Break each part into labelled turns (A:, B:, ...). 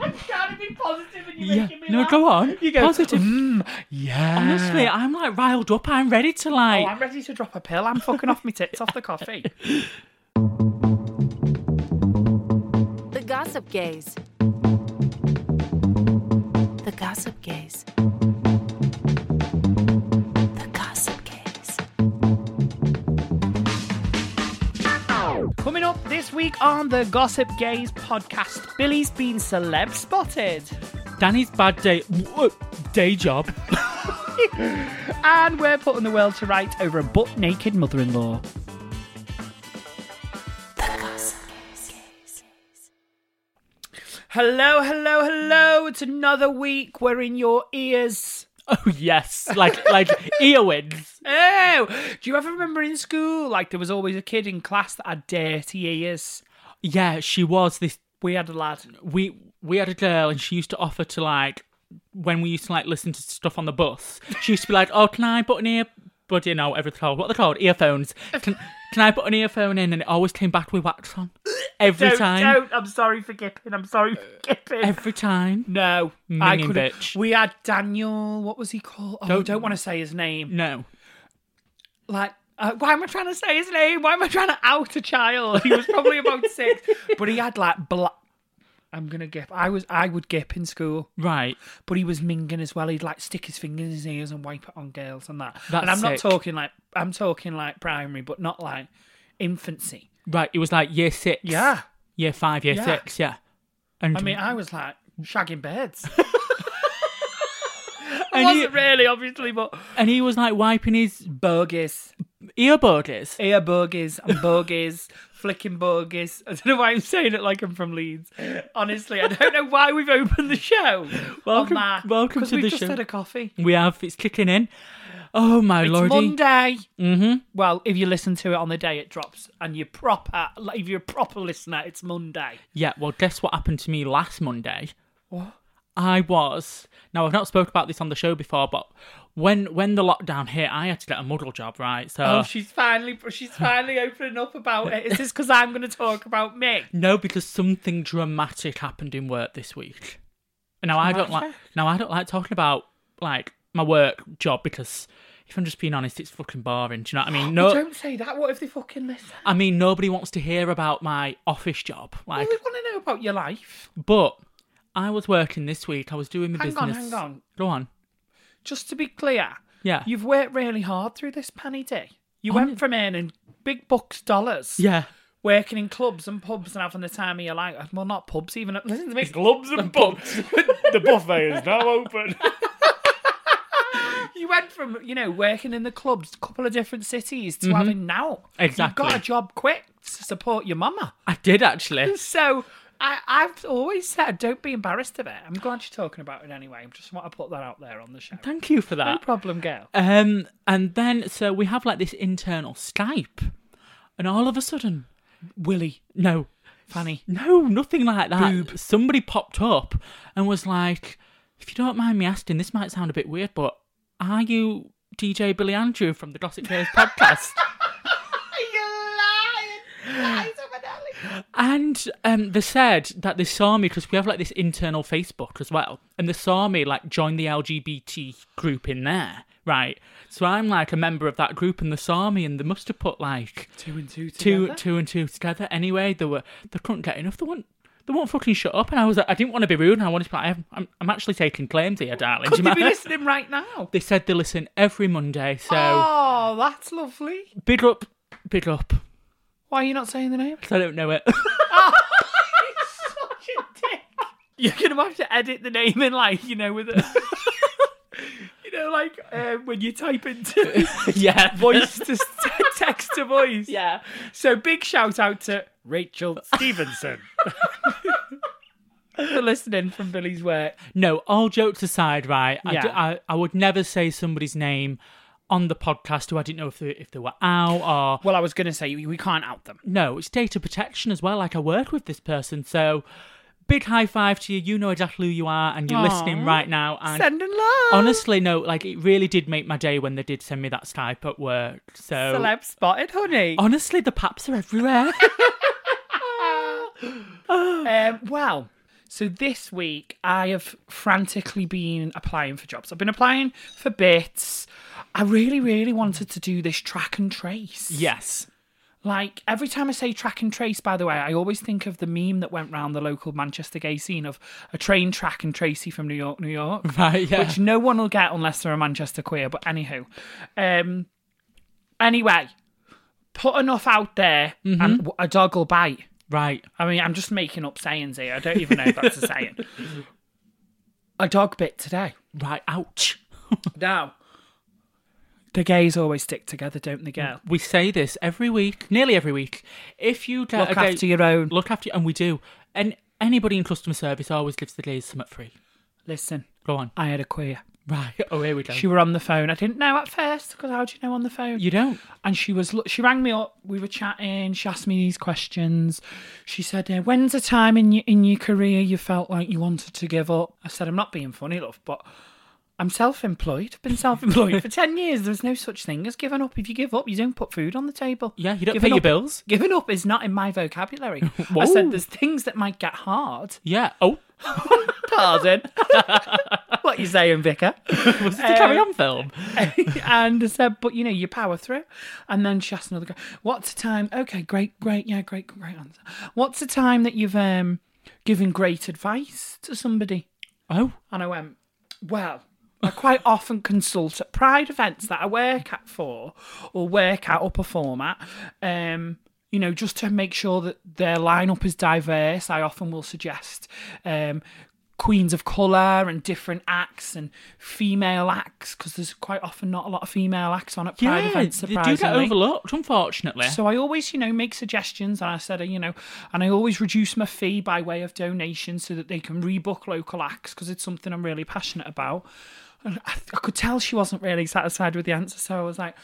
A: I'm trying to be positive and you're
B: Yeah.
A: making me
B: No,
A: laugh.
B: go on.
A: You go,
B: Positive.
A: "Mm."
B: Yeah.
A: Honestly,
B: Honestly, I'm like riled up. I'm ready to
A: Oh,
B: like.
A: I'm ready to drop a pill. I'm fucking off my tits off the coffee.
C: The Gossip Gaze. The Gossip Gaze. The Gossip Gaze.
A: Coming up this week on the Gossip Gaze podcast, Billy's been celeb spotted.
B: Danny's bad day. w- Day job.
A: And we're putting the world to right over a butt naked mother in law.
C: The Gossip Gaze.
A: Hello, hello, hello. It's another week. We're in your ears.
B: Oh yes, like like earwigs.
A: Oh, do you ever remember in school? Like, there was always a kid in class that had dirty ears.
B: Yeah, she was this.
A: We had a lad.
B: We we had a girl, and she used to offer to like when we used to like listen to stuff on the bus. She used to be like, "Oh, can I put an ear?" But you know, whatever it's called, what are they called? Earphones. Can can I put an earphone in? And it always came back with wax on every
A: Don't,
B: time.
A: don't. I'm sorry for gipping. I'm sorry for gipping.
B: Every time.
A: no, I
B: Minging
A: could
B: bitch.
A: We had Daniel. What was he called? Oh, don't,
B: Don't-
A: don't want to say his name.
B: No.
A: Like, uh, why am I trying to say his name? Why am I trying to out a child? He was probably about six, but he had like black. I'm gonna gip. I was. I would gip in school.
B: Right.
A: but he was minging as well. He'd like stick his finger in his ears and wipe it on girls and that.
B: That's
A: and I'm not
B: sick.
A: talking like I'm talking like primary, but not like infancy.
B: Right. It was like year six.
A: Yeah,
B: Year five. Year
A: Yeah.
B: six. Yeah. And
A: I mean, I was like shagging beds. I
B: And
A: wasn't
B: you-
A: really, obviously, but
B: and he was like wiping his
A: bogies,
B: earbuds.
A: ear bogies, and bogies, flicking bogies. I don't know why I'm saying it like I'm from Leeds. Honestly, I don't know why we've opened the show.
B: Welcome-
A: on that,
B: welcome
A: 'cause
B: to
A: we've
B: the
A: just
B: show.
A: had a coffee.
B: We have it's kicking in. Oh my
A: It's
B: lordy.
A: Monday.
B: Mm-hmm.
A: Well, if you listen to it on the day it drops, and you're proper, like, if you're a proper listener, it's Monday.
B: Yeah, well, guess what happened to me last Monday?
A: What?
B: I was now I've not spoke about this on the show before, but when when the lockdown hit, I had to get a model job, right? So
A: oh, she's finally, she's finally opening up about it. Is this because I'm going to talk about me?
B: no, because something dramatic happened in work this week. Now I don't like now I don't like talking about like my work job because if I'm just being honest, it's fucking boring. Do you know what I mean?
A: No,
B: No,
A: don't say that. What if they fucking listen?
B: I mean nobody wants to hear about my office job.
A: Well,
B: Like,
A: they want to know about your life.
B: but I was working this week. I was doing my
A: Hang on,
B: business.
A: hang on.
B: Go on.
A: Just to be clear,
B: Yeah.
A: you've worked really hard through this panny day. You
B: Hon-
A: went from earning big bucks dollars,
B: Yeah.
A: working in clubs and pubs and having the time of your life. Well, not pubs, even. Listen to me.
B: Clubs and pubs.
A: the buffet is now open. you went from, you know, working in the clubs, a couple of different cities, to having now. You got
B: Mm-hmm. Exactly.
A: a job quick to support your mama.
B: I did actually.
A: So I, I've always said, don't be embarrassed of it. I'm glad you're talking about it anyway. I just want to put that out there on the show.
B: Thank you for
A: No
B: that.
A: problem, girl.
B: Um, and then so we have like this internal Skype, and all of a sudden,
A: Willie,
B: no,
A: Fanny.
B: no, nothing like that.
A: Boob.
B: Somebody popped up and was like, "If you don't mind me asking, this might sound a bit weird, but are you DJ Billy Andrew from the Gossip Girls podcast?" And um, they said that they saw me because we have like this internal Facebook as well, and they saw me like join the LGBT group in there right? So I'm like a member of that group, and they saw me, and they must have put like
A: Two and two together.
B: two, two and two together. Anyway, they were they couldn't get enough. They won't. They won't fucking shut up, and I was like, I didn't want to be rude. And I wanted to be like, I'm, I'm, I'm actually taking claims here, darling. Do
A: Could
B: you
A: they be
B: mind?
A: listening right now?
B: They said they listen every Monday, so
A: Oh, that's lovely.
B: big up, big up.
A: Why are you not saying the name?
B: 'Cause I don't know it.
A: Such a dick. You're gonna have to edit the name in, like you know, with a, you know, like uh, when you type into
B: yeah,
A: voice to text to voice.
B: Yeah.
A: So big shout out to Rachel Stevenson. For listening from Billy's work.
B: No, all jokes aside, right? I,
A: Yeah.
B: d- I- I would never say somebody's name on the podcast who I didn't know if they, if they were out or.
A: Well, I was going to say we can't out them.
B: No, it's data protection as well. Like, I work with this person. So, big high five to you. You know exactly who you are and you're listening right now. And
A: Sending love.
B: honestly, no, like, it really did make my day when they did send me that Skype at work. So,
A: Celeb spotted, honey.
B: honestly, the paps are everywhere.
A: Um, well, so this week I have frantically been applying for jobs. I've been applying for bits. I really, really wanted to do this track and trace.
B: yes.
A: Like every time I say track and trace, by the way, I always think of the meme that went round the local Manchester gay scene of a train track and Tracy from New York, New York.
B: Right, yeah.
A: Which no one will get unless they're a Manchester queer. But anywho, um, anyway, put enough out there, and w- a dog will bite.
B: right.
A: I mean, I'm just making up sayings here. I don't even know if that's a saying. A dog bit today.
B: Right. Ouch.
A: Now, the gays always stick together, don't they, girl?
B: We say this every week, nearly every week. If you get
A: Look
B: a gay-
A: after your own.
B: look after you, and we do. And anybody in customer service always gives the gays something free.
A: Listen,
B: Go on.
A: I had a queer.
B: Right. Oh, here we go.
A: She were on the phone. I didn't know at first because how do you know on the phone?
B: you don't.
A: and she was she rang me up we were chatting she asked me these questions she said uh, when's a time in your in your career you felt like you wanted to give up i said i'm not being funny love but i'm self-employed i've been self-employed for 10 years there's no such thing as giving up if you give up you don't put food on the table
B: Yeah, you don't
A: Giving
B: pay your
A: up-
B: bills.
A: giving up is not in my vocabulary i
B: Whoa.
A: said there's things that might get hard
B: Yeah. Oh,
A: pardon what you saying vicar
B: was this
A: Uh,
B: the Carry On film?
A: and I said, but you know, you power through. And then she asked another guy, what's the time? Okay, great, great, yeah, great, great answer. What's the time that you've um, given great advice to somebody?
B: Oh,
A: And I went, well, I quite often consult at pride events that I work at for or work at or perform at. Um, you know, just to make sure that their lineup is diverse, I often will suggest um, queens of colour and different acts and female acts because there's quite often not a lot of female acts on at pride
B: yeah.
A: events.
B: They do
A: Surprisingly,
B: get overlooked, unfortunately.
A: so I always, you know, make suggestions, and I said, uh, you know, and I always reduce my fee by way of donation so that they can rebook local acts because it's something I'm really passionate about. And I, I could tell she wasn't really satisfied with the answer, so I was like,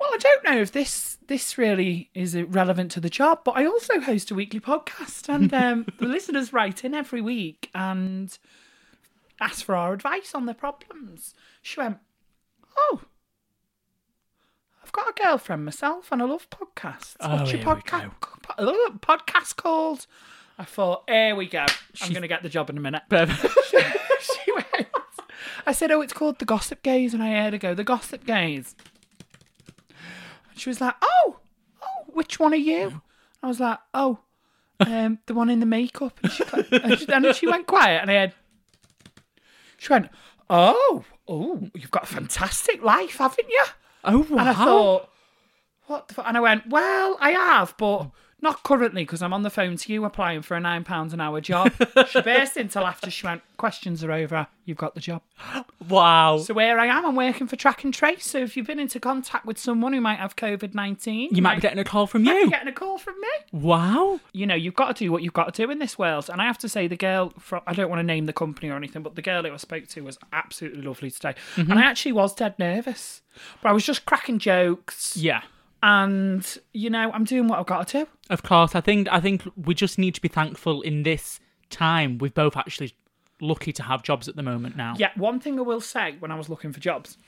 A: well, I don't know if this this really is relevant to the job, but I also host a weekly podcast, and um, the listeners write in every week and ask for our advice on their problems. She went, oh. I've got a girlfriend myself and I love podcasts.
B: Oh,
A: What's your
B: here we
A: podcast podcast called? I thought, here we go. I'm going to get the job in a minute. she went. I said, oh, it's called The Gossip Gaze, and I heard her go, The Gossip Gaze. And she was like, oh, oh, which one are you? I was like, oh, um, the one in the makeup. And she, and she, and she went quiet, and I had, she went, oh, oh, you've got a fantastic life, haven't you?
B: oh, wow.
A: And I thought, what the fu-? And I went, well, I have, but not currently because I'm on the phone to you applying for a £9 an hour job. she burst into laughter. She went, questions are over. You've got the job.
B: wow.
A: So here I am. I'm working for Track and Trace. So if you've been into contact with someone who might have COVID 19,
B: you might be getting a call from
A: might be
B: you.
A: getting a call from me
B: Wow.
A: you know, you've got to do what you've got to do in this world. And I have to say, the girl from, I don't want to name the company or anything, but the girl who I spoke to was absolutely lovely today. And I actually was dead nervous, but I was just cracking jokes.
B: Yeah.
A: And, you know, I'm doing what I've got to do.
B: Of course. I think. I think we just need to be thankful in this time. We're both actually lucky to have jobs at the moment now.
A: Yeah, one thing I will say when I was looking for jobs,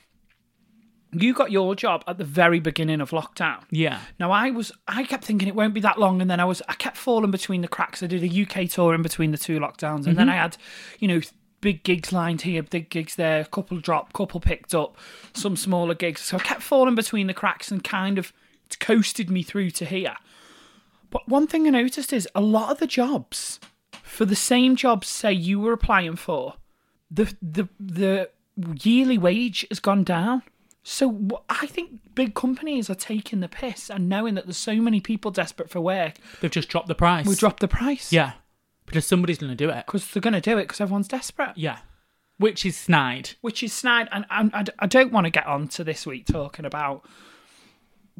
A: you got your job at the very beginning of lockdown.
B: Yeah.
A: Now I was I kept thinking it won't be that long and then I was I kept falling between the cracks. I did a UK tour in between the two lockdowns and then I had, you know, big gigs lined here, big gigs there, a couple dropped, couple picked up, some smaller gigs. So I kept falling between the cracks and kind of it's coasted me through to here. But one thing I noticed is a lot of the jobs for the same jobs say you were applying for, the the the yearly wage has gone down. So wh- I think big companies are taking the piss and knowing that there's so many people desperate for work,
B: They've just dropped the price.
A: we drop the price.
B: Yeah, because somebody's going to do it.
A: because they're gonna do it because everyone's desperate.
B: Yeah, which is snide.
A: which is snide. And I, I, I don't want to get on to this week talking about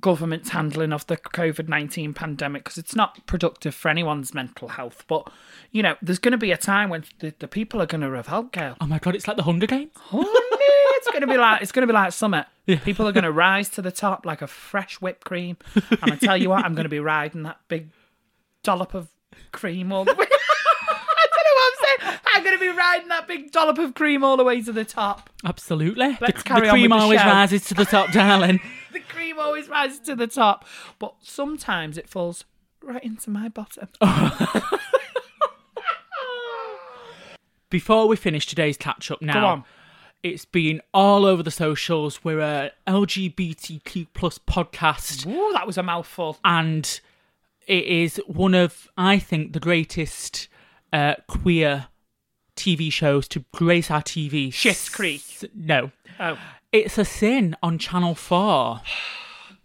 A: government's handling of the COVID 19 pandemic because it's not productive for anyone's mental health. But, you know, there's going to be a time when the, the people are going to revolt, girl.
B: Oh my god, it's like the Hunger Games.
A: Oh, no, it's going to be like it's going to be like summer. People are going to rise to the top like a fresh whipped cream. And I tell you what, I'm going to be riding that big dollop of cream all the way. I don't know what I'm saying. I'm going to be riding that big dollop of cream all the way to the top.
B: Absolutely. The-
A: Let's
B: the,
A: carry on
B: cream
A: with the
B: always
A: show.
B: rises to the top, darling.
A: the cream always rises to the top, but sometimes it falls right into my bottom.
B: Before we finish today's catch up, now
A: Go on.
B: it's been all over the socials. We're a LGBTQ plus podcast,
A: Ooh, that was a mouthful.
B: and it is one of I think the greatest uh, queer TV shows to grace our TV.
A: Schitt's Creek.
B: No,
A: Oh,
B: it's a sin on Channel Four.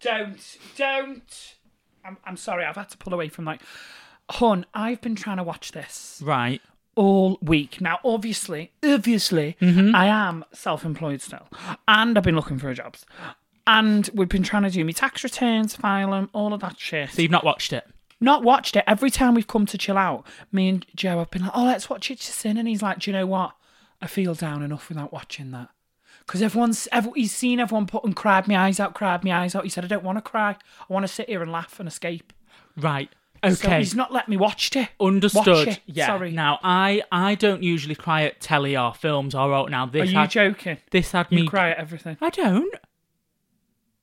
A: don't, don't. I'm, I'm sorry, I've had to pull away from like, hun, I've been trying to watch this
B: Right.
A: all week. Now, obviously, obviously, I am self employed still, and I've been looking for a job. And we've been trying to do my tax returns, file them, all of that shit.
B: So you've not watched it.
A: not watched it. Every time we've come to chill out, me and Joe have been like, oh, let's watch Itchison. And he's like, do you know what? I feel down enough without watching that. Because everyone's, ev he's seen everyone put and cried my eyes out, cried my eyes out. He said, I don't want to cry. I want to sit here and laugh and escape.
B: Right.
A: So
B: Okay.
A: he's not let me watch it.
B: Understood.
A: Watch it.
B: Yeah.
A: Sorry.
B: Now I I don't usually cry at telly or films or out now. This
A: Are you
B: had,
A: joking?
B: This had
A: You
B: me.
A: cry at everything.
B: I don't.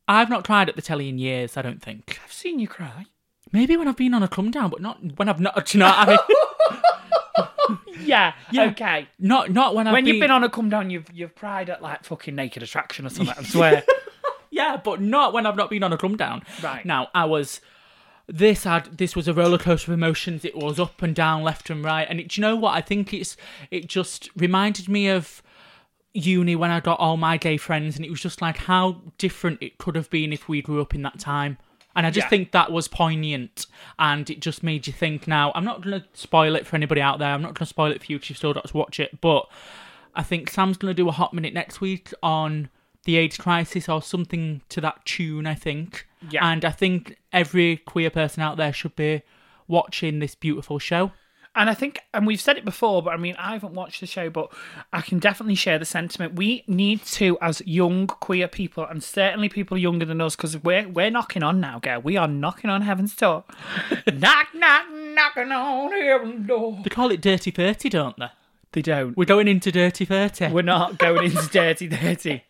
B: I've not cried at the telly in years. I don't think.
A: I've seen you cry.
B: Maybe when I've been on a come down, but not when I've not. Do you know what I mean?
A: Yeah,
B: Yeah.
A: okay.
B: Not not when I've
A: when
B: been,
A: you've been on a come down, you've you've cried at like fucking naked attraction or something. I swear.
B: Yeah, but not when I've not been on a come down.
A: Right.
B: Now I was. This had this was a roller coaster of emotions. It was up and down, left and right, and it, do you know what? I think it's it just reminded me of uni when I got all my gay friends, and it was just like how different it could have been if we grew up in that time. And I just
A: Yeah.
B: think that was poignant, and it just made you think. Now I'm not going to spoil it for anybody out there. I'm not going to spoil it for you if you still got to watch it, but I think Sam's going to do a hot minute next week on the AIDS crisis or something to that tune, I think.
A: Yeah.
B: And I think every queer person out there should be watching this beautiful show.
A: And I think, and we've said it before, but I mean, I haven't watched the show, but I can definitely share the sentiment. We need to, as young queer people, and certainly people younger than us, because we're we're knocking on now, girl. We are knocking on heaven's door. knock, knock, knocking on heaven's door.
B: They call it Dirty 30, don't they?
A: They don't.
B: We're going into Dirty 30.
A: We're not going into dirty, dirty.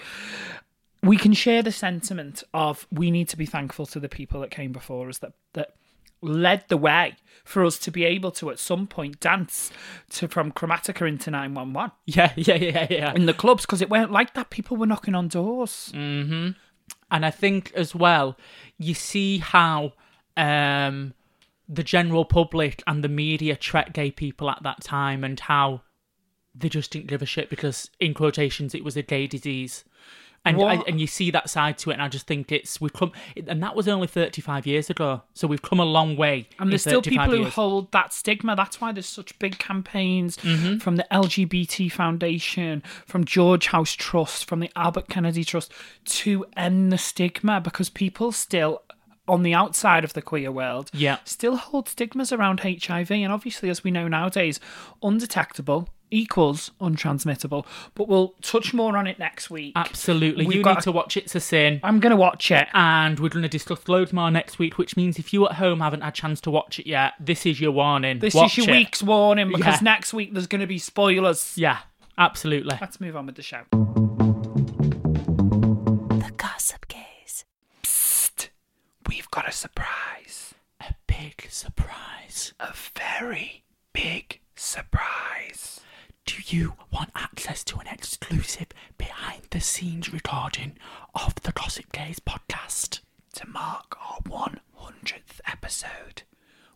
A: We can share the sentiment of we need to be thankful to the people that came before us that that led the way for us to be able to at some point dance to from Chromatica into 911
B: yeah, yeah, yeah, yeah.
A: in the clubs because it weren't like that. People were knocking on doors.
B: And I think as well, you see how um, the general public and the media treat gay people at that time and how they just didn't give a shit because, in quotations, it was a gay disease. And I,
A: What?
B: and you see that side to it, and I just think it's we've come, and that was only thirty five years ago, so we've come a long way. in
A: And there's still
B: 35
A: people who
B: years.
A: hold that stigma. That's why there's such big campaigns
B: Mm-hmm.
A: from the LGBT Foundation, from George House Trust, from the Albert Kennedy Trust to end the stigma because people still on the outside of the queer world
B: Yeah.
A: still hold stigmas around HIV and obviously as we know nowadays undetectable equals untransmittable but we'll touch more on it next week
B: absolutely.
A: We've
B: you
A: got
B: need
A: a-
B: to watch It's a Sin.
A: I'm going to watch it
B: and we're going to discuss loads more next week. Which means if you at home haven't had a chance to watch it yet, this is your warning.
A: This
B: Watch
A: is your
B: it.
A: week's warning because
B: Yeah.
A: next week there's going to be spoilers.
B: Yeah, absolutely.
A: Let's move on with the show.
C: The Gossip Gaze.
A: We've got a surprise.
B: A big surprise.
A: A very big surprise.
B: Do you want access to an exclusive behind the scenes recording of the Gossip Gaze podcast?
A: To mark our 100th episode,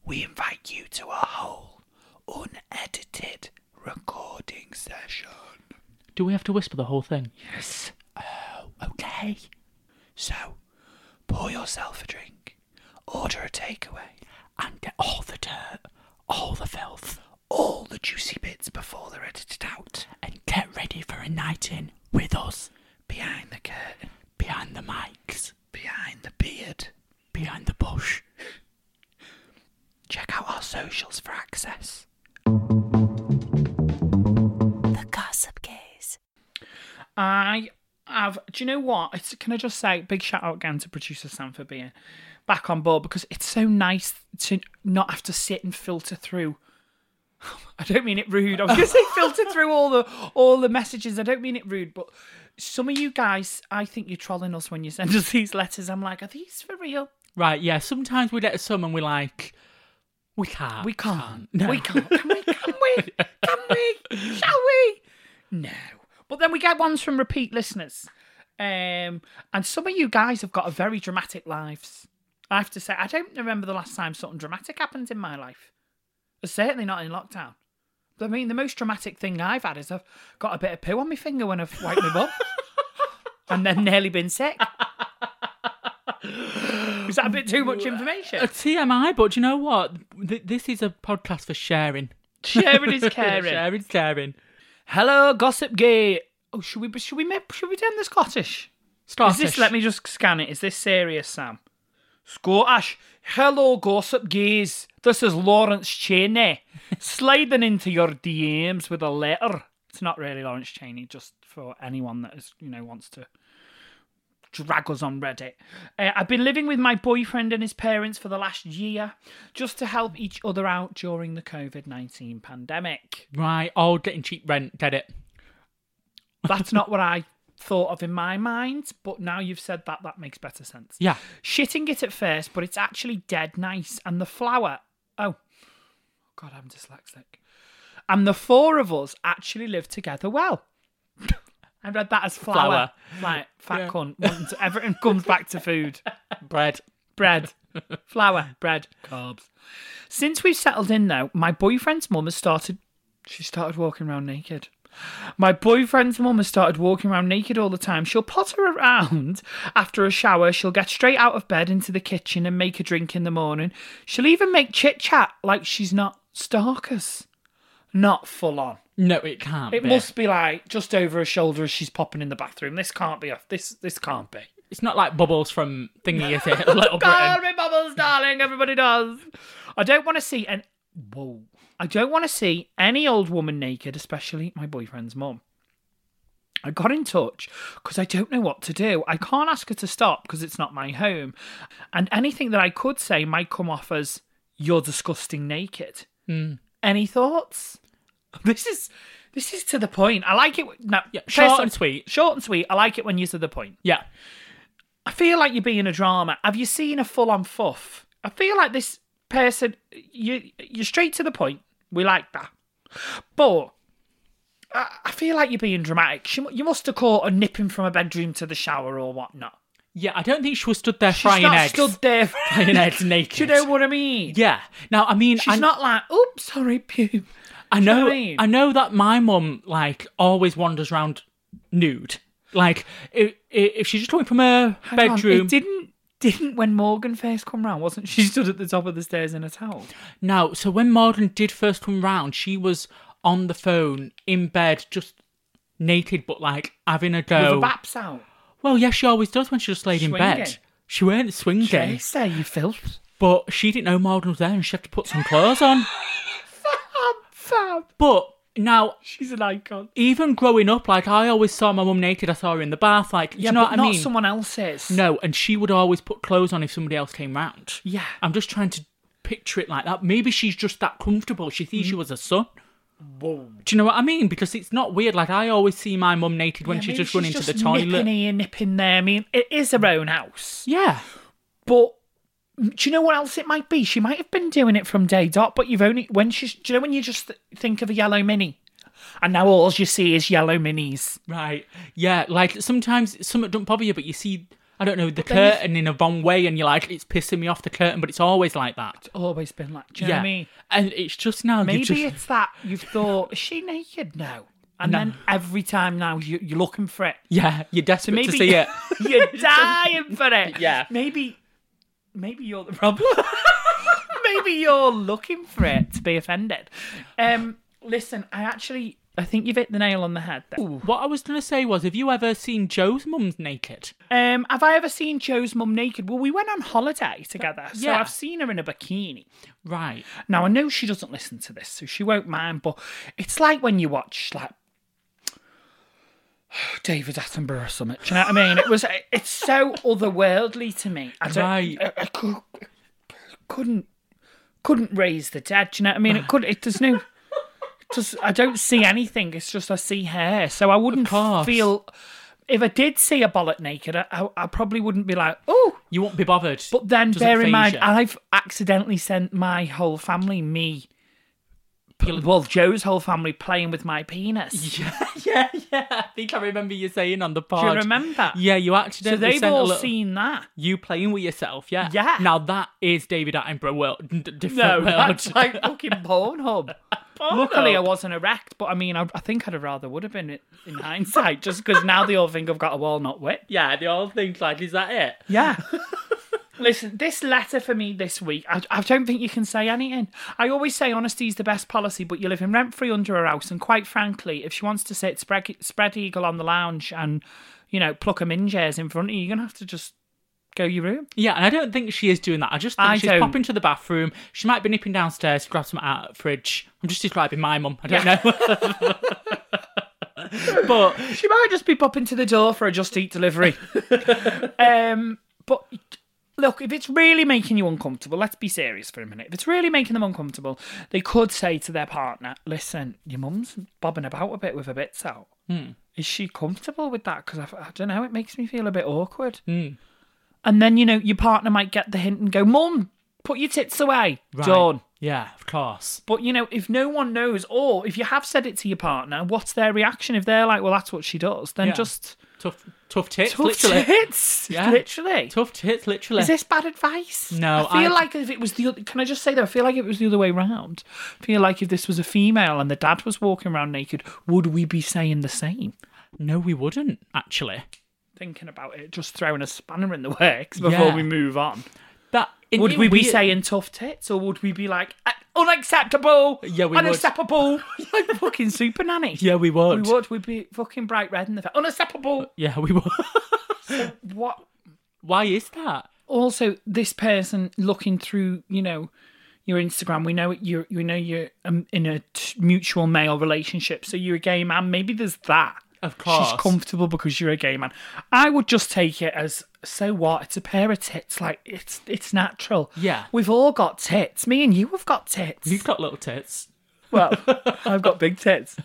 A: we invite you to a whole, unedited recording session.
B: Do we have to whisper the whole thing?
A: Yes. Oh, okay. So, pour yourself a drink, order a takeaway, and get all the dirt, all the filth, all the juicy bits before they're edited out, and get ready for a night in with us. Behind the curtain, behind the mics, behind the beard, behind the bush. Check out our socials for access.
C: The Gossip Gaze.
A: I have. Do you know what? It's, can I just say, big shout out again to producer Sam for being back on board because it's so nice to not have to sit and filter through. I don't mean it rude. I was going to say filter through all the all the messages. I don't mean it rude, but some of you guys, I think you're trolling us when you send us these letters. I'm like, are these for real?
B: Right, yeah. Sometimes we get some and we're like, we can't.
A: We can't.
B: No.
A: We can't. Can we? Can we? Can we? Shall we? No. But then we get ones from repeat listeners. Um, and some of you guys have got a very dramatic lives. I have to say, I don't remember the last time something dramatic happened in my life. Certainly not in lockdown. I mean, the most dramatic thing I've had is I've got a bit of poo on my finger when I've wiped my bum. and then nearly been sick. Is that a bit too much
B: A
A: information?
B: TMI, but do you know what? Th- this is a podcast for sharing.
A: Sharing is caring.
B: Sharing's caring.
A: Hello, Gossip Gate. Oh, should we should we make, should we turn the Scottish?
B: Scottish.
A: Is this? Let me just scan it. Is this serious, Sam? Scottish. Hello, Gossip Gays. This is Lawrence Cheney sliding into your DMs with a letter. It's not really Lawrence Cheney, just for anyone that is you know wants to drag us on Reddit. Uh, I've been living with my boyfriend and his parents for the last year, just to help each other out during the COVID nineteen pandemic.
B: Right, all getting cheap rent. Get it?
A: That's not what I thought of in my mind, but now you've said that, that makes better sense.
B: Yeah.
A: Shitting it at first, but it's actually dead nice. And the flower. Oh, God, I'm dyslexic. And the four of us actually live together well. I read that as flower. Like, fat
B: Yeah.
A: cunt. Once Everything comes back to food
B: Bread.
A: bread, flour, bread, carbs. Since we've settled in, though, my boyfriend's mum has started. She started walking around naked. My boyfriend's mum has started walking around naked all the time. She'll potter around after a shower. She'll get straight out of bed into the kitchen and make a drink in the morning. She'll even make chit chat like she's not stalkers. Not full on.
B: No, it can't.
A: It
B: be.
A: must be like just over her shoulder as she's popping in the bathroom. This can't be off. This this can't be.
B: It's not like bubbles from thingy, is it? Little
A: Call
B: Britain.
A: me bubbles, darling. Everybody does. I don't want to see an. Whoa. I don't want to see any old woman naked, especially my boyfriend's mum. I got in touch because I don't know what to do. I can't ask her to stop because it's not my home. And anything that I could say might come off as, you're disgusting naked.
B: Hmm.
A: Any thoughts? This is. This is to the point. I like it. w- No,
B: Yeah, short
A: first-
B: and sweet.
A: Short and sweet. I like it when you're to the point.
B: Yeah.
A: I feel like you're being a drama. Have you seen a full on fuff? I feel like this person, you, you're straight to the point. We like that. But I, I feel like you're being dramatic. She, mu- you must have caught a nipping from a bedroom to the shower or whatnot.
B: Yeah, I don't think she was stood there
A: She's
B: frying
A: not
B: eggs.
A: stood there
B: frying eggs naked.
A: Do you know what I mean?
B: Yeah. Now, I mean,
A: She's
B: I,
A: not like, oops, sorry, pew.
B: I
A: you know
B: know,
A: what I mean?
B: I know that my mum like always wanders around nude. Like, if, if she's just coming from her
A: Hang on,
B: bedroom.
A: It didn't didn't when Morgan first come round, wasn't she? stood at the top of the stairs in a towel?
B: Now, so when Morgan did first come round, she was on the phone in bed, just naked, but like having a
A: With her
B: go.
A: baps out.
B: well, yeah, she always does when she just laid in bed.
A: Swinging.
B: She weren't swinging,
A: Okay. Say, you filth.
B: but she didn't know Morgan was there, and she had to put some clothes on.
A: Fab, fab.
B: But now,
A: She's an icon.
B: even growing up, like I always saw my mum naked. I saw her in the bath. Like, do
A: Yeah,
B: you know
A: but
B: what
A: not
B: I mean?
A: someone else's.
B: No, and she would always put clothes on if somebody else came round.
A: Yeah.
B: I'm just trying to picture it like that. Maybe she's just that comfortable. She
A: Mm.
B: thinks she was a son. Do you know what I mean? Because it's not weird. Like I always see my mum naked when
A: Yeah,
B: she's
A: maybe
B: just running to the
A: Nipping
B: toilet.
A: here, nipping there. I mean, it is her own house.
B: Yeah.
A: But mm, do you know what else it might be? She might have been doing it from day dot, but you've only when she's. Do you know when you just th- think of a yellow mini? and now all you see is yellow minis.
B: Right. Yeah, like sometimes some don't bother you, but you see, I don't know, the
A: then you-
B: curtain in a wrong way, and you're like, it's pissing me off the curtain, but it's always like that.
A: Always been like, do you know
B: yeah.
A: what I mean?
B: And it's just now
A: Maybe
B: you just
A: it's that you've thought, is she naked now? And
B: No.
A: then every time now you, you're looking for it.
B: yeah, you're desperate
A: Maybe
B: to see it.
A: you're dying for it.
B: Yeah.
A: Maybe, maybe you're the problem. maybe you're looking for it to be offended. Um, listen, I actually, I think you've hit the nail on the head. There.
B: What I was gonna say was, have you ever seen Joe's mum's naked?
A: Um, have I ever seen Joe's mum naked? Well, we went on holiday together, so
B: Yeah.
A: I've seen her in a bikini.
B: Right.
A: Now I know she doesn't listen to this, so she won't mind. But it's like when you watch like David Attenborough or something. Do you know what I mean? It was it's so otherworldly to me. I don't,
B: Right.
A: I, I cou- couldn't couldn't raise the dead. Do you know what I mean? It could. It there's no. Just, I don't see anything. It's just I see hair, so I wouldn't
B: course.
A: feel. If I did see a bollock naked, I, I, I probably wouldn't be like, "Oh,
B: You won't be bothered.
A: but then
B: Doesn't
A: bear in
B: faze
A: mind,
B: you.
A: I've accidentally sent my whole family, me, p-
B: You'll-
A: well, Joe's whole family playing with my penis.
B: yeah, yeah, yeah. I think I remember you saying on the pod.
A: Do you remember?
B: Yeah, you
A: So
B: accidentally
A: they've
B: sent a
A: all
B: little-
A: seen that.
B: you playing with yourself. Yeah.
A: Yeah.
B: Now that is David Attenborough world, d- different
A: No,
B: world.
A: that's like fucking Pornhub. Luckily,
B: Pornhub?
A: I wasn't erect, but I mean, I, I think I'd have rather would have been i- in hindsight, just because now they all think I've got a walnut whip.
B: yeah, the old thing's like, is that it?
A: Yeah. Listen, this letter for me this week, I, I don't think you can say anything. I always say honesty is the best policy, but you're living rent free under her house. And quite frankly, if she wants to sit spread, spread eagle on the lounge and, you know, pluck her minjares in front of you, you're going to have to just go your room.
B: Yeah, and I don't think she is doing that. I just think
A: I
B: she's
A: don't.
B: popping to the bathroom. She might be nipping downstairs to grab some out of the fridge. I'm just describing my mum. I don't know. but
A: She might just be popping to the door for a just eat delivery. um, but look, if it's really making you uncomfortable, let's be serious for a minute. If it's really making them uncomfortable, they could say to their partner, "Listen, your mum's bobbing about a bit with her bits out. Is she comfortable with that? Because I, I don't know. It makes me feel a bit awkward." And then you know your partner might get the hint and go, "Mum, put your tits away."
B: Right.
A: Done.
B: Yeah, of course.
A: But you know, if no one knows, or if you have said it to your partner, what's their reaction? If they're like, "Well, that's what she does," then
B: Yeah.
A: just
B: Tough, tough tits.
A: tough
B: literally.
A: tits,
B: Yeah.
A: literally.
B: Tough tits. Literally.
A: Is this bad advice?
B: No,
A: I feel
B: I-
A: like if it was the. oth- Can I just say though? I feel like if it was the other way round. I feel like if this was a female and the dad was walking around naked, would we be saying the same?
B: No, we wouldn't actually.
A: Thinking about it, just throwing a spanner in the works before
B: Yeah.
A: we move on.
B: That isn't
A: Would
B: it
A: we be
B: weird?
A: saying tough tits, or would we be like "Uh, unacceptable?
B: Yeah, we would.
A: unacceptable. like fucking super nanny.
B: Yeah, we would.
A: We would. We'd be fucking bright red in the face. Unacceptable.
B: Yeah, we would.
A: What?
B: Why is that?
A: Also, this person looking through, you know, your Instagram. We know you. You know you're um, in a t- mutual male relationship, so you're a gay man. Maybe there's that.
B: Of course.
A: She's comfortable because you're a gay man. I would just take it as so what? It's a pair of tits. Like it's it's natural.
B: Yeah.
A: We've all got tits. Me and you have got tits.
B: You've got little tits.
A: Well, I've got big tits.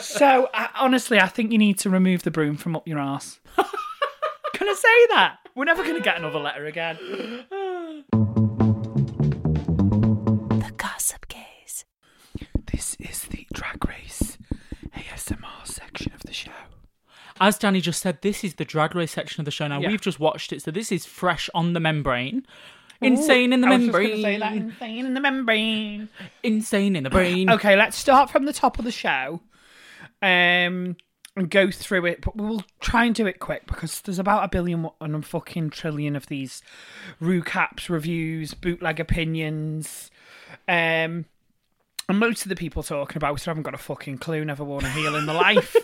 A: so I, honestly, I think you need to remove the broom from up your ass. Can I say that? We're never going to get another letter again.
C: The Gossip Gaze.
A: This is the drag race ASMR section of the show.
B: As Danny just said, this is the drag race section of the show. Now
A: Yeah.
B: we've just watched it, so this is fresh on the membrane. Insane in the membrane.
A: Insane in the membrane.
B: Insane in the brain.
A: Okay, let's start from the top of the show, um, and go through it. But we'll try and do it quick because there's about a billion and fucking trillion of these recaps, reviews, bootleg opinions, um, and most of the people talking about it haven't got a fucking clue. Never worn a heel in their life.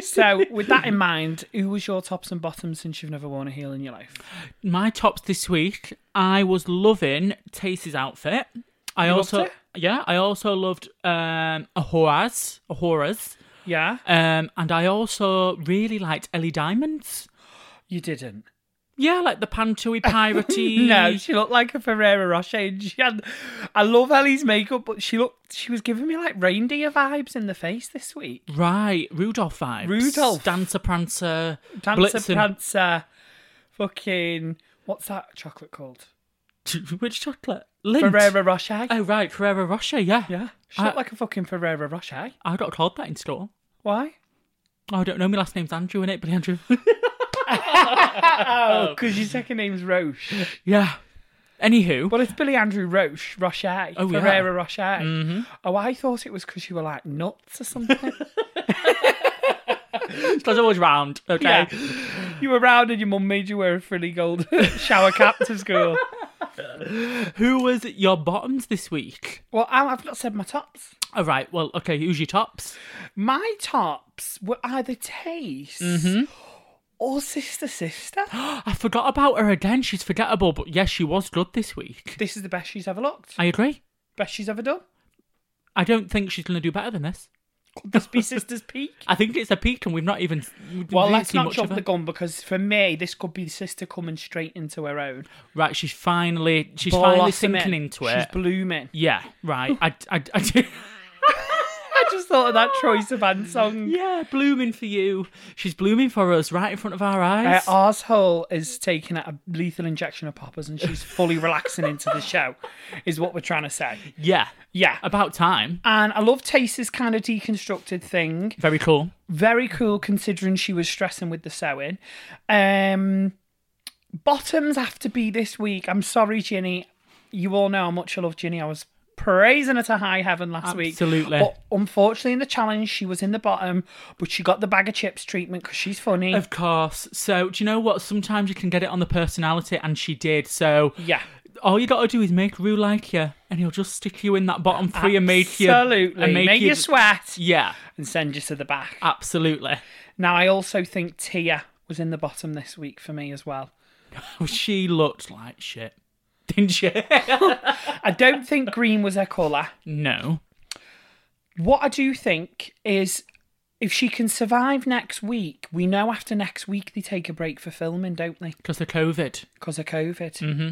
A: So, with that in mind, who was your tops and bottoms since you've never worn a heel in your life?
B: My tops this week. I was loving Tace's outfit. I
A: You loved
B: also
A: it?
B: yeah. I also loved um, Ahora's Ahora's.
A: Yeah,
B: Um, and I also really liked Ellie Diamonds.
A: you didn't.
B: Yeah, like the Pantui piratey.
A: No, she looked like a Ferrero Rocher. And she had, I love Ellie's makeup, but she looked, she was giving me like reindeer vibes in the face this week.
B: Right, Rudolph vibes.
A: Rudolph.
B: Dancer Prancer.
A: Dancer
B: Blitzen.
A: Prancer, fucking, what's that chocolate called?
B: Which chocolate? Lint.
A: Ferrero Rocher.
B: Oh right, Ferrero Rocher. Yeah,
A: yeah. She
B: I,
A: looked like a fucking Ferrero Rocher.
B: I got called that in school.
A: Why?
B: Oh, I don't know. My last name's Andrew, innit? But Andrew.
A: Oh, because your second name's Roche.
B: yeah. Anywho,
A: Well, it's Billy Andrew Roche, Rocher,
B: Oh, yeah. Mm-hmm.
A: Ferrero Rocher. Oh, I thought it was because you were like nuts or something.
B: that's always round. Okay.
A: yeah. You were round and your mum made you wear a frilly gold shower cap to school.
B: Who was your bottoms this week?
A: Well, I- I've not said my tops.
B: All right. Well, okay. Who's your tops?
A: My tops were either Taste or Sister Sister.
B: I forgot about her again. She's forgettable, but yes, she was good this week.
A: this is the best she's ever looked.
B: I agree.
A: Best she's ever done.
B: I don't think she's going to do better than this.
A: Could this be Sister's peak?
B: I think it's a peak, and we've not even. we didn't
A: Well, let's
B: see
A: not
B: much
A: jump
B: of
A: the
B: her.
A: gun because for me, this could be Sister coming straight into her own.
B: Right, she's finally she's finally
A: Blossoming.
B: sinking into
A: She's
B: it.
A: blooming.
B: yeah, right. I, I, I do.
A: I just thought of that Troy Sivan song.
B: yeah, blooming for you. She's blooming for us right in front of our
A: Her
B: eyes.
A: arsehole is taking a lethal injection of poppers and she's fully relaxing into the show, is what we're trying to say.
B: yeah,
A: Yeah.
B: about time.
A: And I love Tace's kind of deconstructed thing.
B: Very cool.
A: Very cool considering she was stressing with the sewing. Um, bottoms have to be this week. I'm sorry, Ginny. You all know how much I love Ginny. I was praising her to high heaven last week.
B: Absolutely.
A: But unfortunately, in the challenge, she was in the bottom, but she got the bag of chips treatment because she's funny.
B: Of course. So do you know what? Sometimes you can get it on the personality, and she did. So
A: yeah.
B: all you gotta do is make Rue like you, and he'll just stick you in that bottom three and make you
A: Absolutely.
B: and
A: make, you sweat
B: Yeah,
A: and send you to the back.
B: absolutely.
A: Now, I also think Tia was in the bottom this week for me as well.
B: Oh, She looked like shit, didn't she?
A: I don't think green was her colour.
B: no.
A: What I do think is if she can survive next week, we know after next week they take a break for filming, don't they?
B: Because of COVID.
A: Because of COVID.
B: Mm-hmm.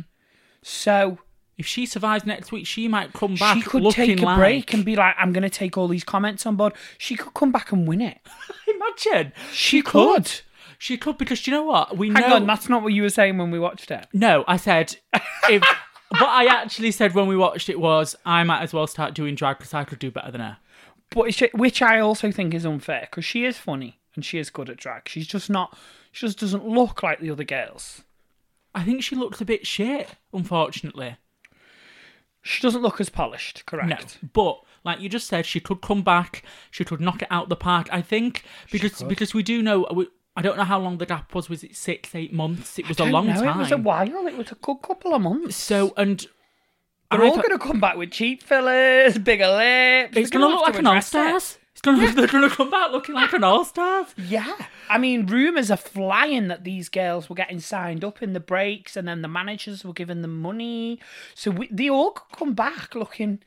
A: So
B: If she survives next week, she might come back.
A: she could
B: looking
A: take a
B: like...
A: break and be like, I'm going to take all these comments on board. She could come back and win it.
B: Imagine
A: She could.
B: She could because do you know what we
A: Hang
B: know.
A: on, that's not what you were saying when we watched it.
B: No, I said. If... what I actually said when we watched it was, I might as well start doing drag because I could do better than her.
A: but it's, which I also think is unfair because she is funny and she is good at drag. She's just not. She just doesn't look like the other girls.
B: I think she looked a bit shit, unfortunately.
A: She doesn't look as polished. Correct.
B: No, but like you just said, she could come back. She could knock it out the park. I think because because we do know. We, I don't know how long the gap was. Was it six, eight months? It was a
A: Don't
B: long
A: know,
B: time.
A: It was a while. It was a good couple of months.
B: So and
A: They're
B: I
A: all
B: thought-
A: going to come back with cheap fillers, bigger lips.
B: It's
A: They're
B: gonna
A: have
B: look like
A: to
B: an All
A: address
B: Stars. It's gonna they're gonna come back looking like an All Stars.
A: it. Yeah. I mean, rumours are flying that these girls were getting signed up in the breaks and then the managers were giving them money. So we, they all could come back looking.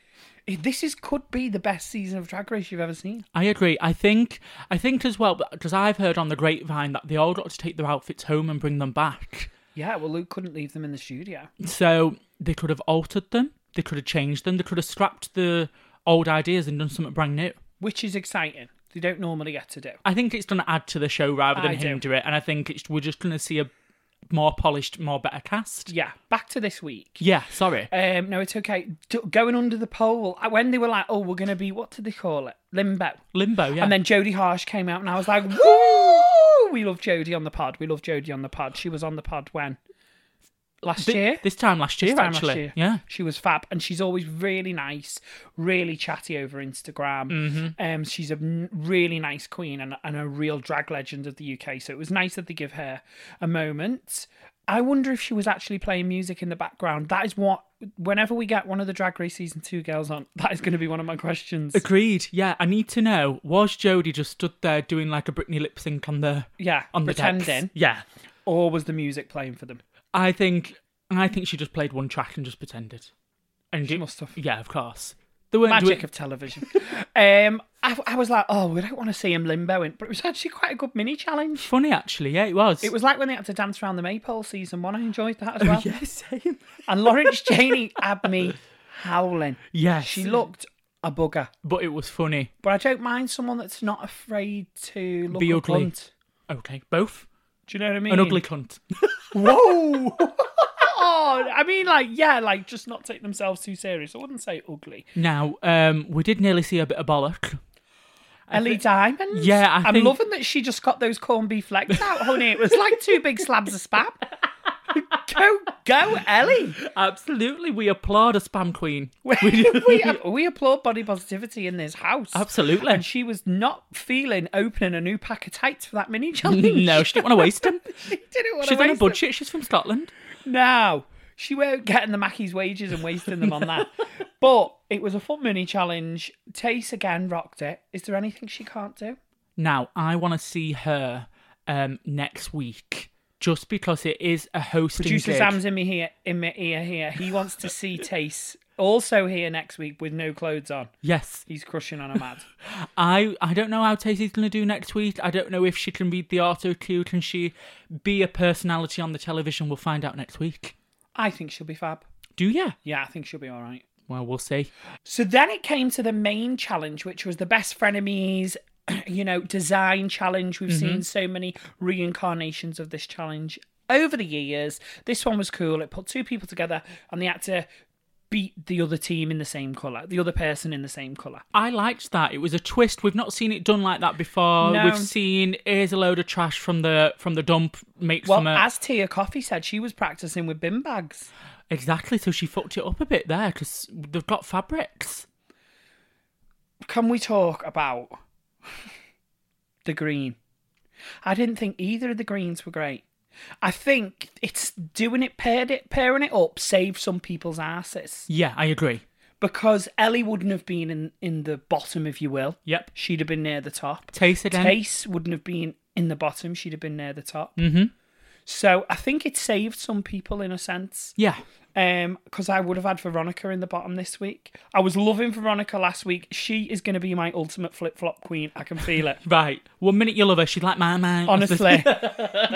A: This is could be the best season of Drag Race you've ever seen.
B: I agree. I think I think as well because I've heard on the grapevine that they all got to take their outfits home and bring them back.
A: Yeah, well, Luke couldn't leave them in the studio.
B: So they could have altered them. They could have changed them. They could have scrapped the old ideas and done something brand new.
A: which is exciting. They don't normally get to do.
B: I think it's going to add to the show rather than
A: I do.
B: hinder it. And I think it's, we're just going to see a more polished, more better cast.
A: Yeah, back to this week.
B: Yeah. Sorry.
A: Um, no, it's okay. D- going under the poll uh, when they were like, "Oh, we're gonna be what did they call it? Limbo."
B: Limbo. Yeah.
A: And then Jodie Harsh came out, and I was like, "Woo! We love Jodie on the pod. We love Jodie on the pod. She was on the pod when last
B: Thi-
A: year.
B: This time last year,
A: This time last
B: actually.
A: year.
B: Yeah.
A: She was fab, and she's always really nice, really chatty over Instagram.
B: Mm-hmm.
A: Um, she's a n- really nice queen and, and a real drag legend of the UK. So it was nice that they give her a moment. I wonder if she was actually playing music in the background. That is what. Whenever we get one of the Drag Race season two girls on, that is going to be one of my questions.
B: Agreed. Yeah, I need to know. Was Jodie just stood there doing like a Britney lip sync on the
A: Yeah,
B: on the decks?
A: pretending,
B: Yeah,
A: or was the music playing for them?
B: I think I think she just played one track and just pretended. And
A: She
B: it-
A: must have.
B: Yeah, of course. They weren't
A: magic
B: doing-
A: of television. um, I, I was like, oh, we don't want to see him limboing, but it was actually quite a good mini challenge.
B: funny actually. Yeah, it was.
A: It was like when they had to dance around the maypole season one. I enjoyed that as well.
B: Oh, Yeah, same.
A: And Lawrence Janey had me howling.
B: Yes.
A: She looked a bugger.
B: But it was funny.
A: But I don't mind someone that's not afraid to look
B: Be
A: a
B: ugly.
A: cunt.
B: Okay, both
A: Mm. Do you know what I mean?
B: an ugly cunt.
A: Whoa! on. I mean, like, yeah, like just not take themselves too serious. I wouldn't say ugly.
B: Now, um, we did nearly see a bit of bollock.
A: Ellie Diamond.
B: Yeah, I
A: am
B: think-
A: loving that she just got those corned beef legs out, honey. It was like two big slabs of spam. go, go, Ellie.
B: Absolutely, we applaud a spam queen.
A: we, we, we applaud body positivity in this house.
B: Absolutely.
A: And she was not feeling opening a new pack of tights for that mini challenge.
B: no, she didn't want to waste him.
A: she didn't want
B: She's
A: to
B: on a
A: waste them.
B: budget. She's from Scotland.
A: No, she weren't getting the Mackie's wages and wasting them on that. But it was a fun mini challenge. Tace again rocked it. Is there anything she can't do?
B: Now, I want to see her um, next week, just because it is a hosting
A: Producer
B: gig.
A: Sam's in me here, in my ear here. He wants to see Tace also here next week with no clothes on.
B: Yes,
A: He's crushing on a mad.
B: I I don't know how Taisie's going to do next week. I don't know if she can read the auto cue. Can she be a personality on the television? We'll find out next week.
A: I think she'll be fab.
B: Do ya?
A: Yeah, I think she'll be all right.
B: Well, we'll see.
A: So then it came to the main challenge, which was the best frenemies, you know, design challenge. We've seen so many reincarnations of this challenge over the years. This one was cool. It put two people together, and the actor beat the other team in the same color, the other person in the same color.
B: I liked that. It was a twist. We've not seen it done like that before.
A: No.
B: We've seen here's a load of trash from the from the dump. Make
A: Well,
B: some uh,
A: as Tia Coffee said, she was practicing with bin bags.
B: exactly. So she fucked it up a bit there because they've got fabrics.
A: Can we talk about the green? I didn't think either of the greens were great. I think it's doing it paired it pairing it up saved some people's asses
B: Yeah, I agree.
A: because Ellie wouldn't have been in in the bottom if you will.
B: Yep.
A: She'd have been near the top.
B: Taste again.
A: Tace wouldn't have been in the bottom. She'd have been near the top.
B: Mm-hmm.
A: So I think it saved some people in a sense.
B: Yeah.
A: Um, because I would have had Veronica in the bottom this week. I was loving Veronica last week. She is going to be my ultimate flip flop queen. I can feel it.
B: Right. One minute you love her, she's like my man.
A: Honestly,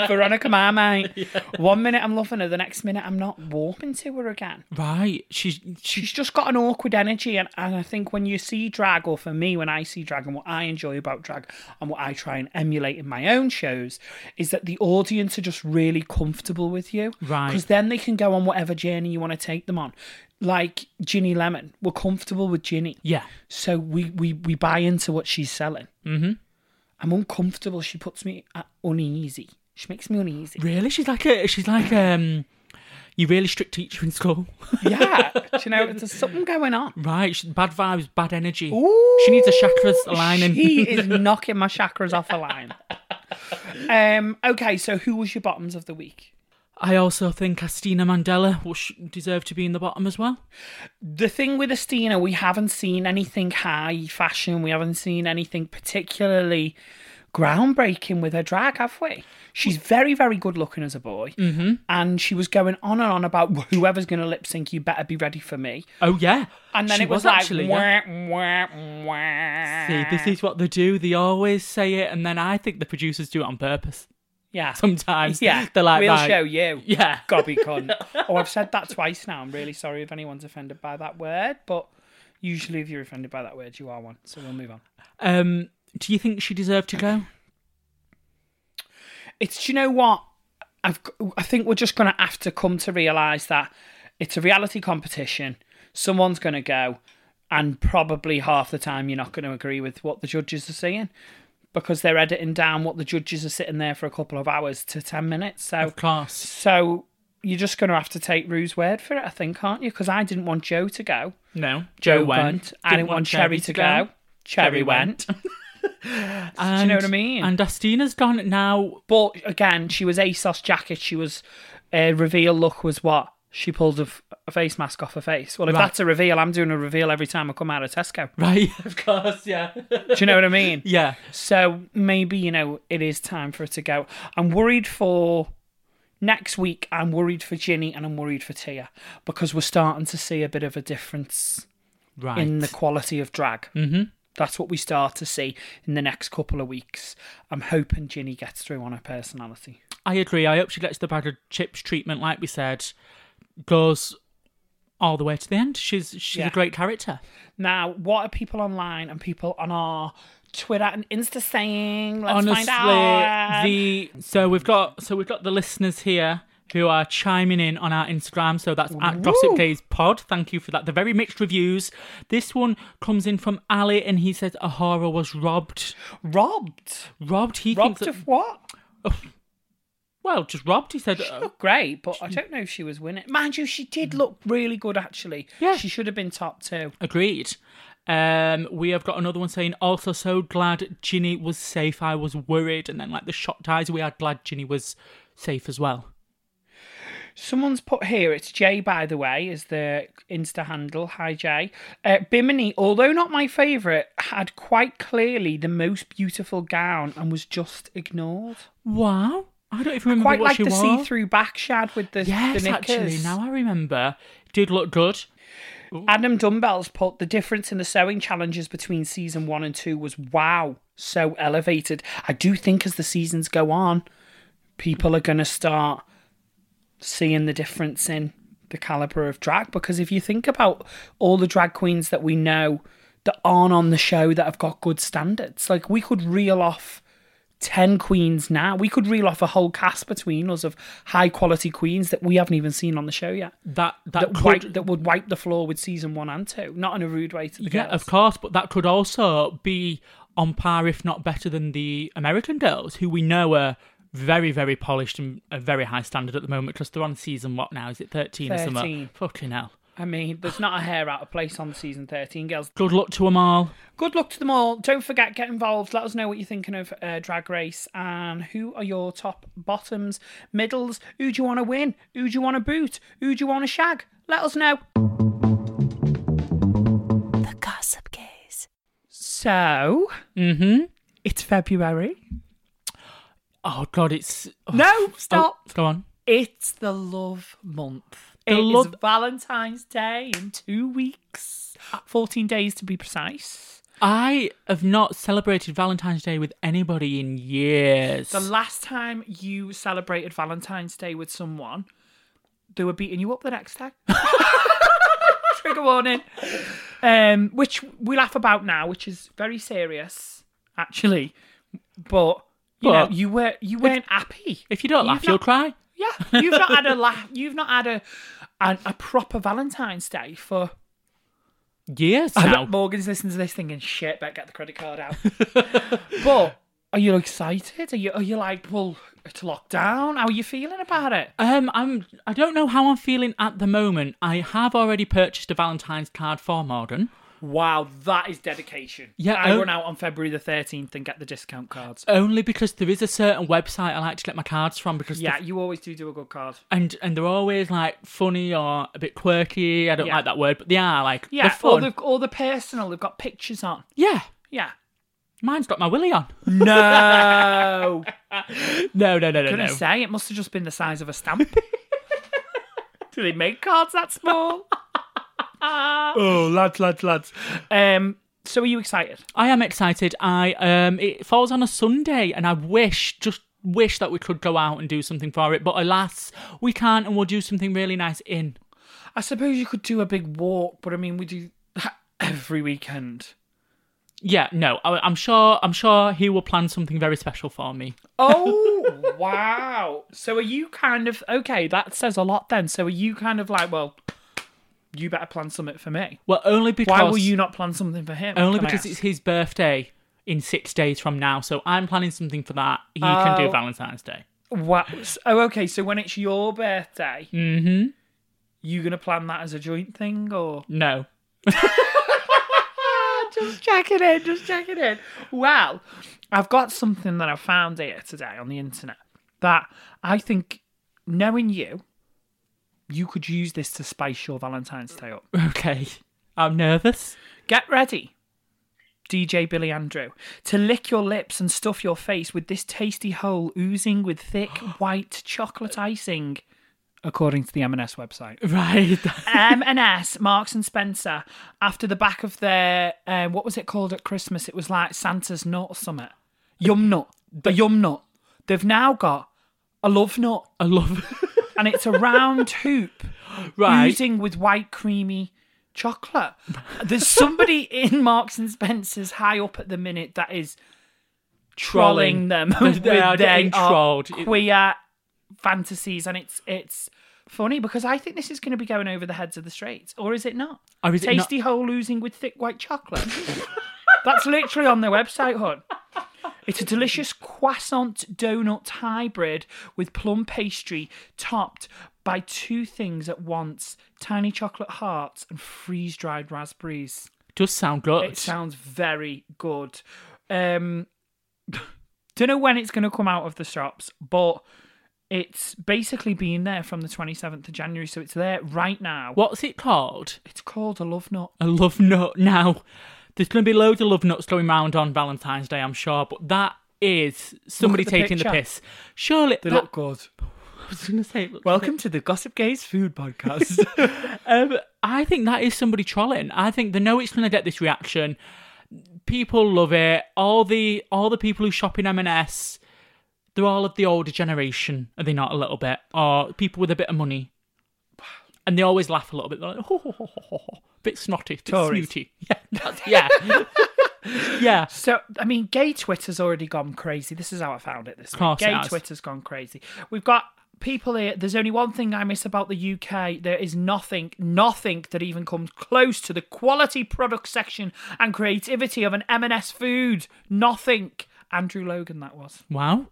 A: Veronica Marmite. One minute I'm loving her, the next minute I'm not warping to her again.
B: Right. She's she.
A: She's just got an awkward energy, and, and I think when you see drag, or for me, when I see drag, and what I enjoy about drag, and what I try and emulate in my own shows, is that the audience are just really comfortable with you.
B: Right.
A: Because then they can go on whatever journey you want to take them on. Like Ginny Lemon, we're comfortable with Ginny.
B: Yeah.
A: So we, we, we buy into what she's selling. Mm-hmm. I'm uncomfortable. She puts me at uneasy. She makes me uneasy.
B: Really? She's like a she's like um you really strict teacher in school.
A: yeah. Do you know, there's something going on.
B: right, she, bad vibes, bad energy. She needs a chakras aligning.
A: She is knocking my chakras off a line. Um, okay, so who was your bottoms of the week?
B: I also think Castina Mandela will sh- deserve to be in the bottom as well.
A: The thing with Estina, we haven't seen anything high fashion. We haven't seen anything particularly groundbreaking with her drag, have we? She's very, very good looking as a boy. Mm-hmm. And she was going on and on about whoever's going to lip sync, you better be ready for me.
B: Oh yeah.
A: And then
B: She
A: it was, like,
B: actually,
A: wah,
B: yeah.
A: wah, wah.
B: See, this is what they do. They always say it, and then I think the producers do it on purpose.
A: yeah.
B: Sometimes,
A: Yeah,
B: they're like,
A: we'll
B: right,
A: show you.
B: Yeah.
A: gobby cunt. oh, I've said that twice now. I'm really sorry if anyone's offended by that word, but usually if you're offended by that word, you are one. So we'll move on.
B: Um, do you think she deserved to go?
A: It's do you know what? I've g- I think we're just gonna have to come to realise that it's a reality competition. Someone's gonna go, and probably half the time you're not gonna agree with what the judges are saying. Because they're editing down what the judges are sitting there for a couple of hours to ten minutes. So
B: Of course.
A: So you're just going to have to take Rue's word for it, I think, aren't you? Because I didn't want Joe to go.
B: No.
A: Joe went. I didn't want Cherry to go. Cherry went.
B: And,
A: you know what I mean?
B: And Astina's gone now.
A: But again, she was ASOS jacket. She was uh, reveal look was what she pulled a, f- a face mask off her face. Well, if
B: Right.
A: that's a reveal, I'm doing a reveal every time I come out of Tesco.
B: Right, of course, yeah.
A: Do you know what I mean?
B: yeah.
A: So maybe you know it is time for her to go. I'm worried for next week. I'm worried for Ginny and I'm worried for Tia because we're starting to see a bit of a difference.
B: Right.
A: in the quality of drag. Mm-hmm. That's what we start to see in the next couple of weeks. I'm hoping Ginny gets through on her personality.
B: I agree. I hope she gets the bag of chips treatment, like we said, goes all the way to the end. She's she's
A: Yeah.
B: a great character.
A: Now, what are people online and people on our Twitter and Insta saying? Let's
B: Honestly,
A: find out.
B: the so we've got so we've got the listeners here who are chiming in on our Instagram. So that's at Gossip Days Pod. Thank you for that. They're very mixed reviews. This one comes in from Ali, and he says Ahara was robbed.
A: Robbed.
B: Robbed. He
A: Robbed
B: thinks that-
A: of what?
B: well, just robbed. He said.
A: She
B: uh,
A: looked great, but I don't know if she was winning. Mind you, she did look really good actually.
B: Yeah.
A: She should have been top two.
B: Agreed. Um, we have got another one saying, also so glad Ginny was safe. I was worried. And then, like, the shot dies. We are glad Ginny was safe as well.
A: Someone's put here, it's Jay, by the way, is the Insta handle. Hi, Jay. Uh, Bimini, although not my favourite, had quite clearly the most beautiful gown and was just ignored.
B: Wow. I don't even remember
A: quite
B: what
A: like
B: she
A: the
B: wore.
A: see through back shad with the,
B: Yes,
A: the knickers.
B: actually, now I remember. Did look good.
A: Adam Dumbbells put the difference in the sewing challenges between season one and two was wow, so elevated. I do think as the seasons go on, people are going to start seeing the difference in the caliber of drag because if you think about all the drag queens that we know that aren't on the show that have got good standards, like we could reel off 10 queens now. We could reel off a whole cast between us of high quality queens that we haven't even seen on the show yet
B: That
A: that,
B: that, could,
A: wipe, that would wipe the floor with season one and two. Not in a rude way to the
B: yeah,
A: girls.
B: of course, but that could also be on par, if not better, than the American girls, who we know are very, very polished and a very high standard at the moment because they're on season what now? Is it thirteen, or something?
A: 13.
B: Fucking hell!
A: I mean, there's not a hair out of place on season 13, girls.
B: Good luck to them all.
A: Good luck to them all. Don't forget, get involved. Let us know what you're thinking of uh, Drag Race and who are your top bottoms, middles. Who do you want to win? Who do you want to boot? Who do you want to shag? Let us know.
C: The Gossip Gaze.
A: So,
B: Mm-hmm.
A: it's February.
B: Oh God, it's oh,
A: No, stop.
B: Oh, go on.
A: It's the love month.
B: The
A: It is
B: love-
A: Valentine's Day in two weeks.
B: Ah.
A: 14 days to be precise.
B: I have not celebrated Valentine's Day with anybody in years.
A: The last time you celebrated Valentine's Day with someone, they were beating you up the next day. Trigger warning. Um, which we laugh about now, which is very serious, actually. But you know,
B: But-
A: you were you weren't happy.
B: if you don't laugh,
A: You've
B: you'll
A: not-
B: cry.
A: Yeah, you've not had a laugh. You've not had a an, a proper Valentine's Day for.
B: Years
A: I
B: now.
A: bet Morgan's listening to this thinking, "Shit, better get the credit card out." but are you excited? Are you are you like, well, it's lockdown? How are you feeling about it?
B: Um, I'm. I don't know how I'm feeling at the moment. I have already purchased a Valentine's card for Morgan.
A: Wow, that is dedication.
B: Yeah,
A: I Uh,
B: oh-
A: run out on February the thirteenth and get the discount cards.
B: Only because there is a certain website I like to get my cards from because
A: yeah,
B: the-
A: you always do do a good card.
B: and and they're always like funny or a bit quirky. I don't
A: Yeah.
B: like that word, but they are like
A: Yeah,
B: they're
A: or
B: fun.
A: the or the personal. They've got pictures on.
B: Yeah,
A: Yeah.
B: mine's got my willy on.
A: No,
B: No, no, no, no,
A: couldn't
B: no.
A: say. It must have just been the size of a stamp. do they make cards that small? oh, lads, lads, lads. Um. So, are you excited?
B: I am excited. I um, it falls on a Sunday, and I wish just wish that we could go out and do something for it. But alas, we can't, and we'll do something really nice in.
A: I suppose you could do a big walk, but I mean, we do that every weekend.
B: Yeah, no, I, I'm sure. I'm sure he will plan something very special for me.
A: Oh wow! So are you kind of okay? That says a lot then. So are you kind of like, well, you better plan something for me.
B: Well, only because
A: Why will you not plan something for him?
B: Only
A: can I
B: because
A: ask?
B: it's his birthday in six days from now, so I'm planning something for that. He can do
A: Oh.
B: Valentine's Day.
A: wow. s- Oh, okay. So when it's your birthday,
B: Mm-hmm.
A: you gonna plan that as a joint thing or?
B: No.
A: Ah, just check it in. Just check it in. Well, I've got something that I found here today on the internet that I think, knowing you, you could use this to spice your Valentine's Day up.
B: Okay. I'm nervous.
A: Get ready, DJ Billy Andrew, to lick your lips and stuff your face with this tasty hole oozing with thick white chocolate icing, according to the M&S website.
B: Right.
A: M&S, Marks and Spencer, after the back of their um, what was it called at Christmas? It was like Santa's nut or something. Yum nut, the yum nut. They've now got a love nut,
B: I love
A: and it's a round hoop
B: Right.
A: oozing with white creamy chocolate. There's somebody in Marks and Spencer's high up at the minute that is trolling them.
B: They are
A: with they
B: getting
A: are
B: trolled. It-
A: queer fantasies, and it's it's funny because I think this is going to be going over the heads of the straights, or is it not?
B: Or is it
A: Tasty hole losing with thick white chocolate. That's literally on their website, hun. It's a delicious croissant donut hybrid with plum pastry topped by two things at once tiny chocolate hearts and freeze dried raspberries.
B: does sound good.
A: It sounds very good. Um, don't know when it's going to come out of the shops, but it's basically been there from the 27th of January, so it's there right now.
B: What's it called?
A: It's called a love nut.
B: A love nut. Now, there's going to be loads of love nuts going round on Valentine's Day, I'm sure, but that is somebody
A: the
B: taking the
A: picture.
B: piss. Surely.
A: They
B: that-
A: look good.
B: I was going to say. it looks
A: Welcome to the Gossip Gays Food Podcast.
B: Um, I think that is somebody trolling. I think they know it's going to get this reaction. People love it. All the all the people who shop in M&S, they're all of the older generation, are they not? A little bit, or people with a bit of money, and they always laugh a little bit. They're like, ho, ho, ho, ho, ho, ho. bit snotty, bit
A: Tories.
B: snooty. Yeah, that's- yeah, yeah.
A: So, I mean, gay Twitter's already gone crazy. This is how I found it this week.
B: course it
A: Gay
B: has.
A: Twitter's gone crazy. We've got people here. There's only one thing I miss about the UK. There is nothing, nothing that even comes close to the quality product section and creativity of an M&S food. Nothing. Andrew Logan, that was.
B: Wow.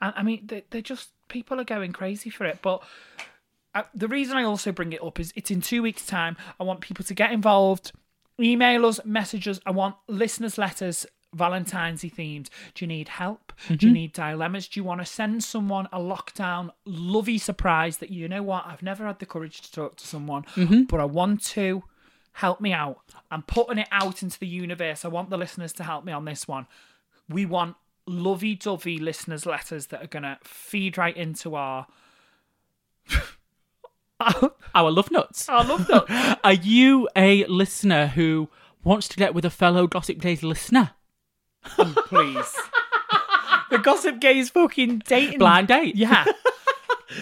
A: And I mean, they- they're just people are going crazy for it. But uh, the reason I also bring it up is it's in two weeks' time. I want people to get involved, email us, message us. I want listeners' letters. Valentine's themed. Do you need help? Do you need dilemmas? Do you want to send someone a lockdown lovey surprise that you know what? I've never had the courage to talk to someone, but I want to. Help me out. I'm putting it out into the universe. I want the listeners to help me on this one we want lovey dovey listeners' letters that are going to feed right into our. I
B: Our love nuts.
A: love that.
B: Are you a listener who wants to get with a fellow Gossip Days listener?
A: Please. the Gossip Gays fucking dating.
B: Blind date.
A: Yeah.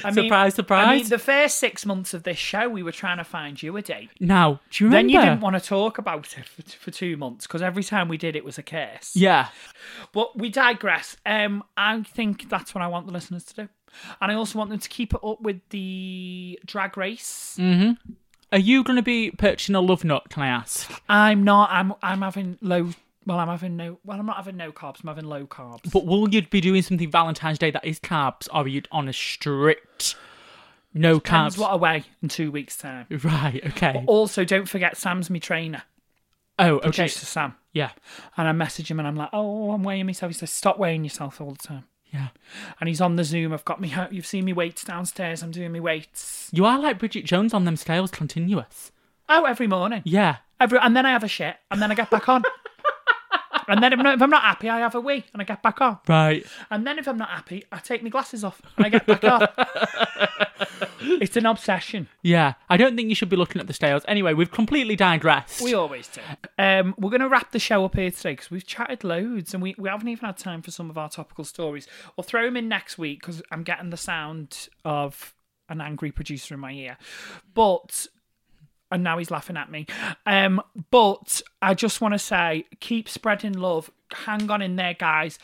A: I
B: Surprise,
A: I mean,
B: surprise.
A: the first six months of this show, we were trying to find you a date.
B: Now, do you remember?
A: Then you didn't want to talk about it for, for two months because every time we did, it was a curse.
B: Yeah.
A: But we digress. Um, I think that's what I want the listeners to do. And I also want them to keep it up with the drag race.
B: Mm. Are you going to be purchasing a love nut? Can I ask?
A: I'm not. I'm. I'm having low. Well, I'm having no. Well, I'm not having no carbs. I'm having low carbs.
B: But will you be doing something Valentine's Day that is carbs, or are you on a strict no
A: Depends
B: carbs?
A: what away in two weeks' time.
B: Right. Okay.
A: Also, don't forget Sam's my trainer,
B: Oh.
A: producer
B: Okay.
A: Sam.
B: Yeah.
A: And I message him and I'm like, oh, I'm weighing myself. He says, stop weighing yourself all the time.
B: Yeah.
A: And he's on the Zoom. I've got me. You've seen me weights downstairs. I'm doing me weights.
B: You are like Bridget Jones on them scales, continuous.
A: Oh, every morning.
B: Yeah.
A: Every and then I have a shit and then I get back on. and then if I'm, not, if I'm not happy, I have a wee and I get back on.
B: Right.
A: And then if I'm not happy, I take my glasses off and I get back up. it's an obsession.
B: Yeah. I don't think you should be looking at the scales. Anyway, we've completely digressed.
A: We always do. Um, we're going to wrap the show up here today because we've chatted loads and we, we haven't even had time for some of our topical stories. We'll throw them in next week because I'm getting the sound of an angry producer in my ear. But and now he's laughing at me. Um, but I just want to say, keep spreading love. Hang on in there, guys.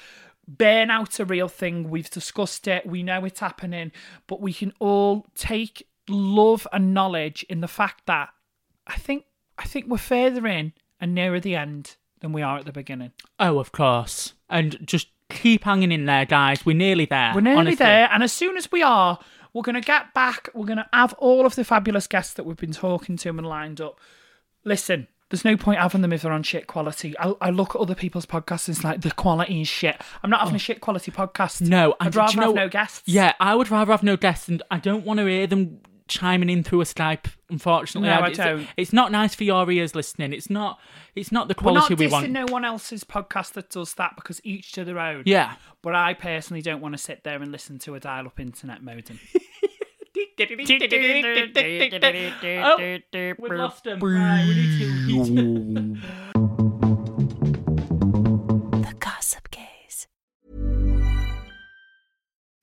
A: Burnout's a real thing. We've discussed it. We know it's happening, but we can all take love and knowledge in the fact that I think I think we're further in and nearer the end than we are at the beginning.
B: Oh, of course. And just keep hanging in there, guys. We're nearly there.
A: We're nearly
B: Uh, honestly.
A: there, and as soon as we are, we're going to get back. We're going to have all of the fabulous guests that we've been talking to and lined up. Listen, there's no point having them if they're on shit quality. I, I look at other people's podcasts and it's like the quality is shit. I'm not having a shit quality podcast.
B: Oh. No, and
A: I'd
B: do
A: rather
B: you know
A: have
B: what-
A: no guests.
B: Yeah, I would rather have no guests, and I don't want to hear them chiming in through a Skype. Unfortunately,
A: No, I
B: it's,
A: don't.
B: It's not nice for your ears listening. It's not. It's not the
A: we're not
B: quality we
A: dissing
B: want.
A: no one else's podcast that does that because each to their own.
B: Yeah.
A: But I personally don't want to sit there and listen to a dial-up internet modem.
B: oh, we lost them. Right, we need to- we need to.
C: The Gossip Gaze.